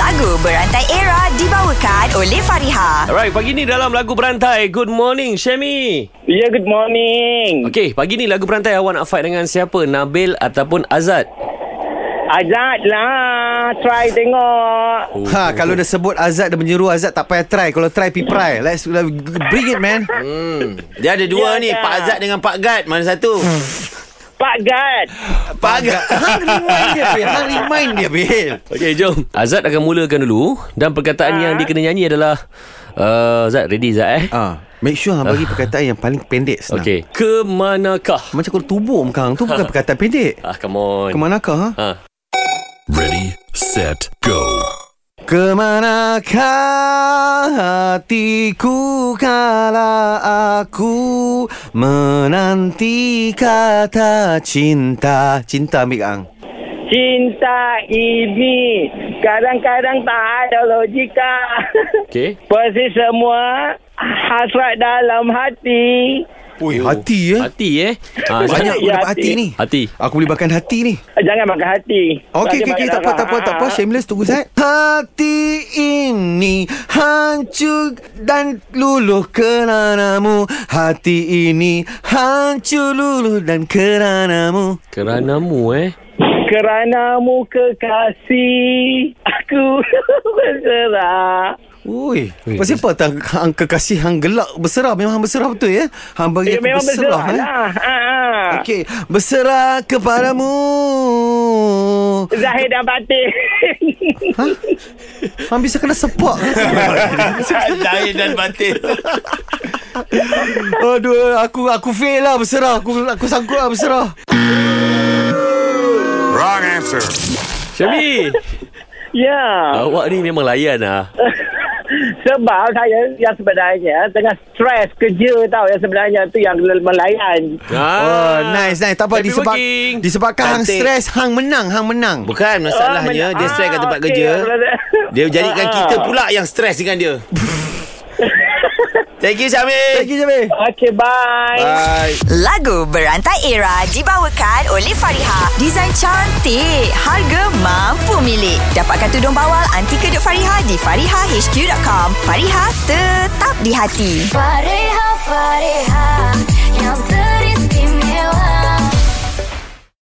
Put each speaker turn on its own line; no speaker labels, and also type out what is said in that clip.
Lagu Berantai Era dibawakan oleh Fariha.
Alright, pagi ni dalam lagu berantai. Good morning, Shemi.
Ya, yeah, good morning.
Okey, pagi ni lagu berantai awak nak fight dengan siapa? Nabil ataupun Azad?
Ajak lah. Try tengok.
Ha, kalau dah sebut Azad dah menyeru Azad tak payah try. Kalau try pi pry. Let's let's bring it man.
Dia ada dua
Ya,
ni
dah.
Pak Azad dengan Pak Gad Mana satu
Pak Gad.
Pak Gad
Hang remind dia Bil. Hang remind dia Bil.
Okey, jom. Azad akan mulakan dulu. Dan perkataan
Ha?
yang dia kena nyanyi adalah... Uh, Azad, ready Azad eh?
Ah, make sure hang bagi perkataan yang paling pendek senang.
Okey. Kemanakah?
Macam kalau tubuh kang tu bukan perkataan pendek.
Ah, come on.
Ke manakah? Ha?
Ha.
Ready, set, go.
Ke manakah hatiku kala aku menanti kata cinta. Cinta ambil ang.
Cinta ini kadang-kadang tak ada logika.
Okey.
Persis semua hasrat dalam hati.
Ui, hati eh.
Hati eh. Ha, Azad.
Banyak aku
Ya,
dapat hati
hati.
ni.
Hati.
Aku boleh makan hati ni.
Jangan makan hati.
Okey, okey, okey. Tak apa, tak apa, tak apa. Shameless, tunggu saya. Hati ini hancur dan luluh keranamu. Hati ini hancur luluh dan keranamu.
Keranamu eh.
Kerana mu kekasih, aku berserah.
Ui, pasal apa tak hang kekasih hang gelak berserah memang hang berserah betul ya? Hang bagi
Ya,
aku
memang
berserah,
berserah lah. Ha, ha.
eh. Okey, berserah kepadamu.
Zahir dan batin.
Ha? Hang bisa kena sepak.
Zahir dan batin
Aduh, aku aku fail lah berserah. Aku aku sangkut lah berserah.
Wrong answer.
Shemi.
ya.
awak ni memang layan lah.
Sebab saya yang sebenarnya tengah stres kerja tau yang sebenarnya tu yang melayan.
Oh, nice nice. Tak
Ah,
apa
Happy
disebab
working.
disebabkan hang
Cantik.
stres, hang menang, hang menang.
Bukan masalahnya
men-
lah, ya. Dia stres kat
ah,
tempat
okey,
kerja
brother.
Dia jadikan
Ah.
kita pula Yang stres dengan dia Thank you
Thank
Syamil
you, Jamil.
Okay, bye.
Bye
Lagu Berantai Era dibawakan oleh Fariha. Desain cantik, harga mampu milik. Dapatkan tudung bawal anti kedut Fariha di farihahq.com. Fariha tetap di hati.
Fareha, fareha, yang teris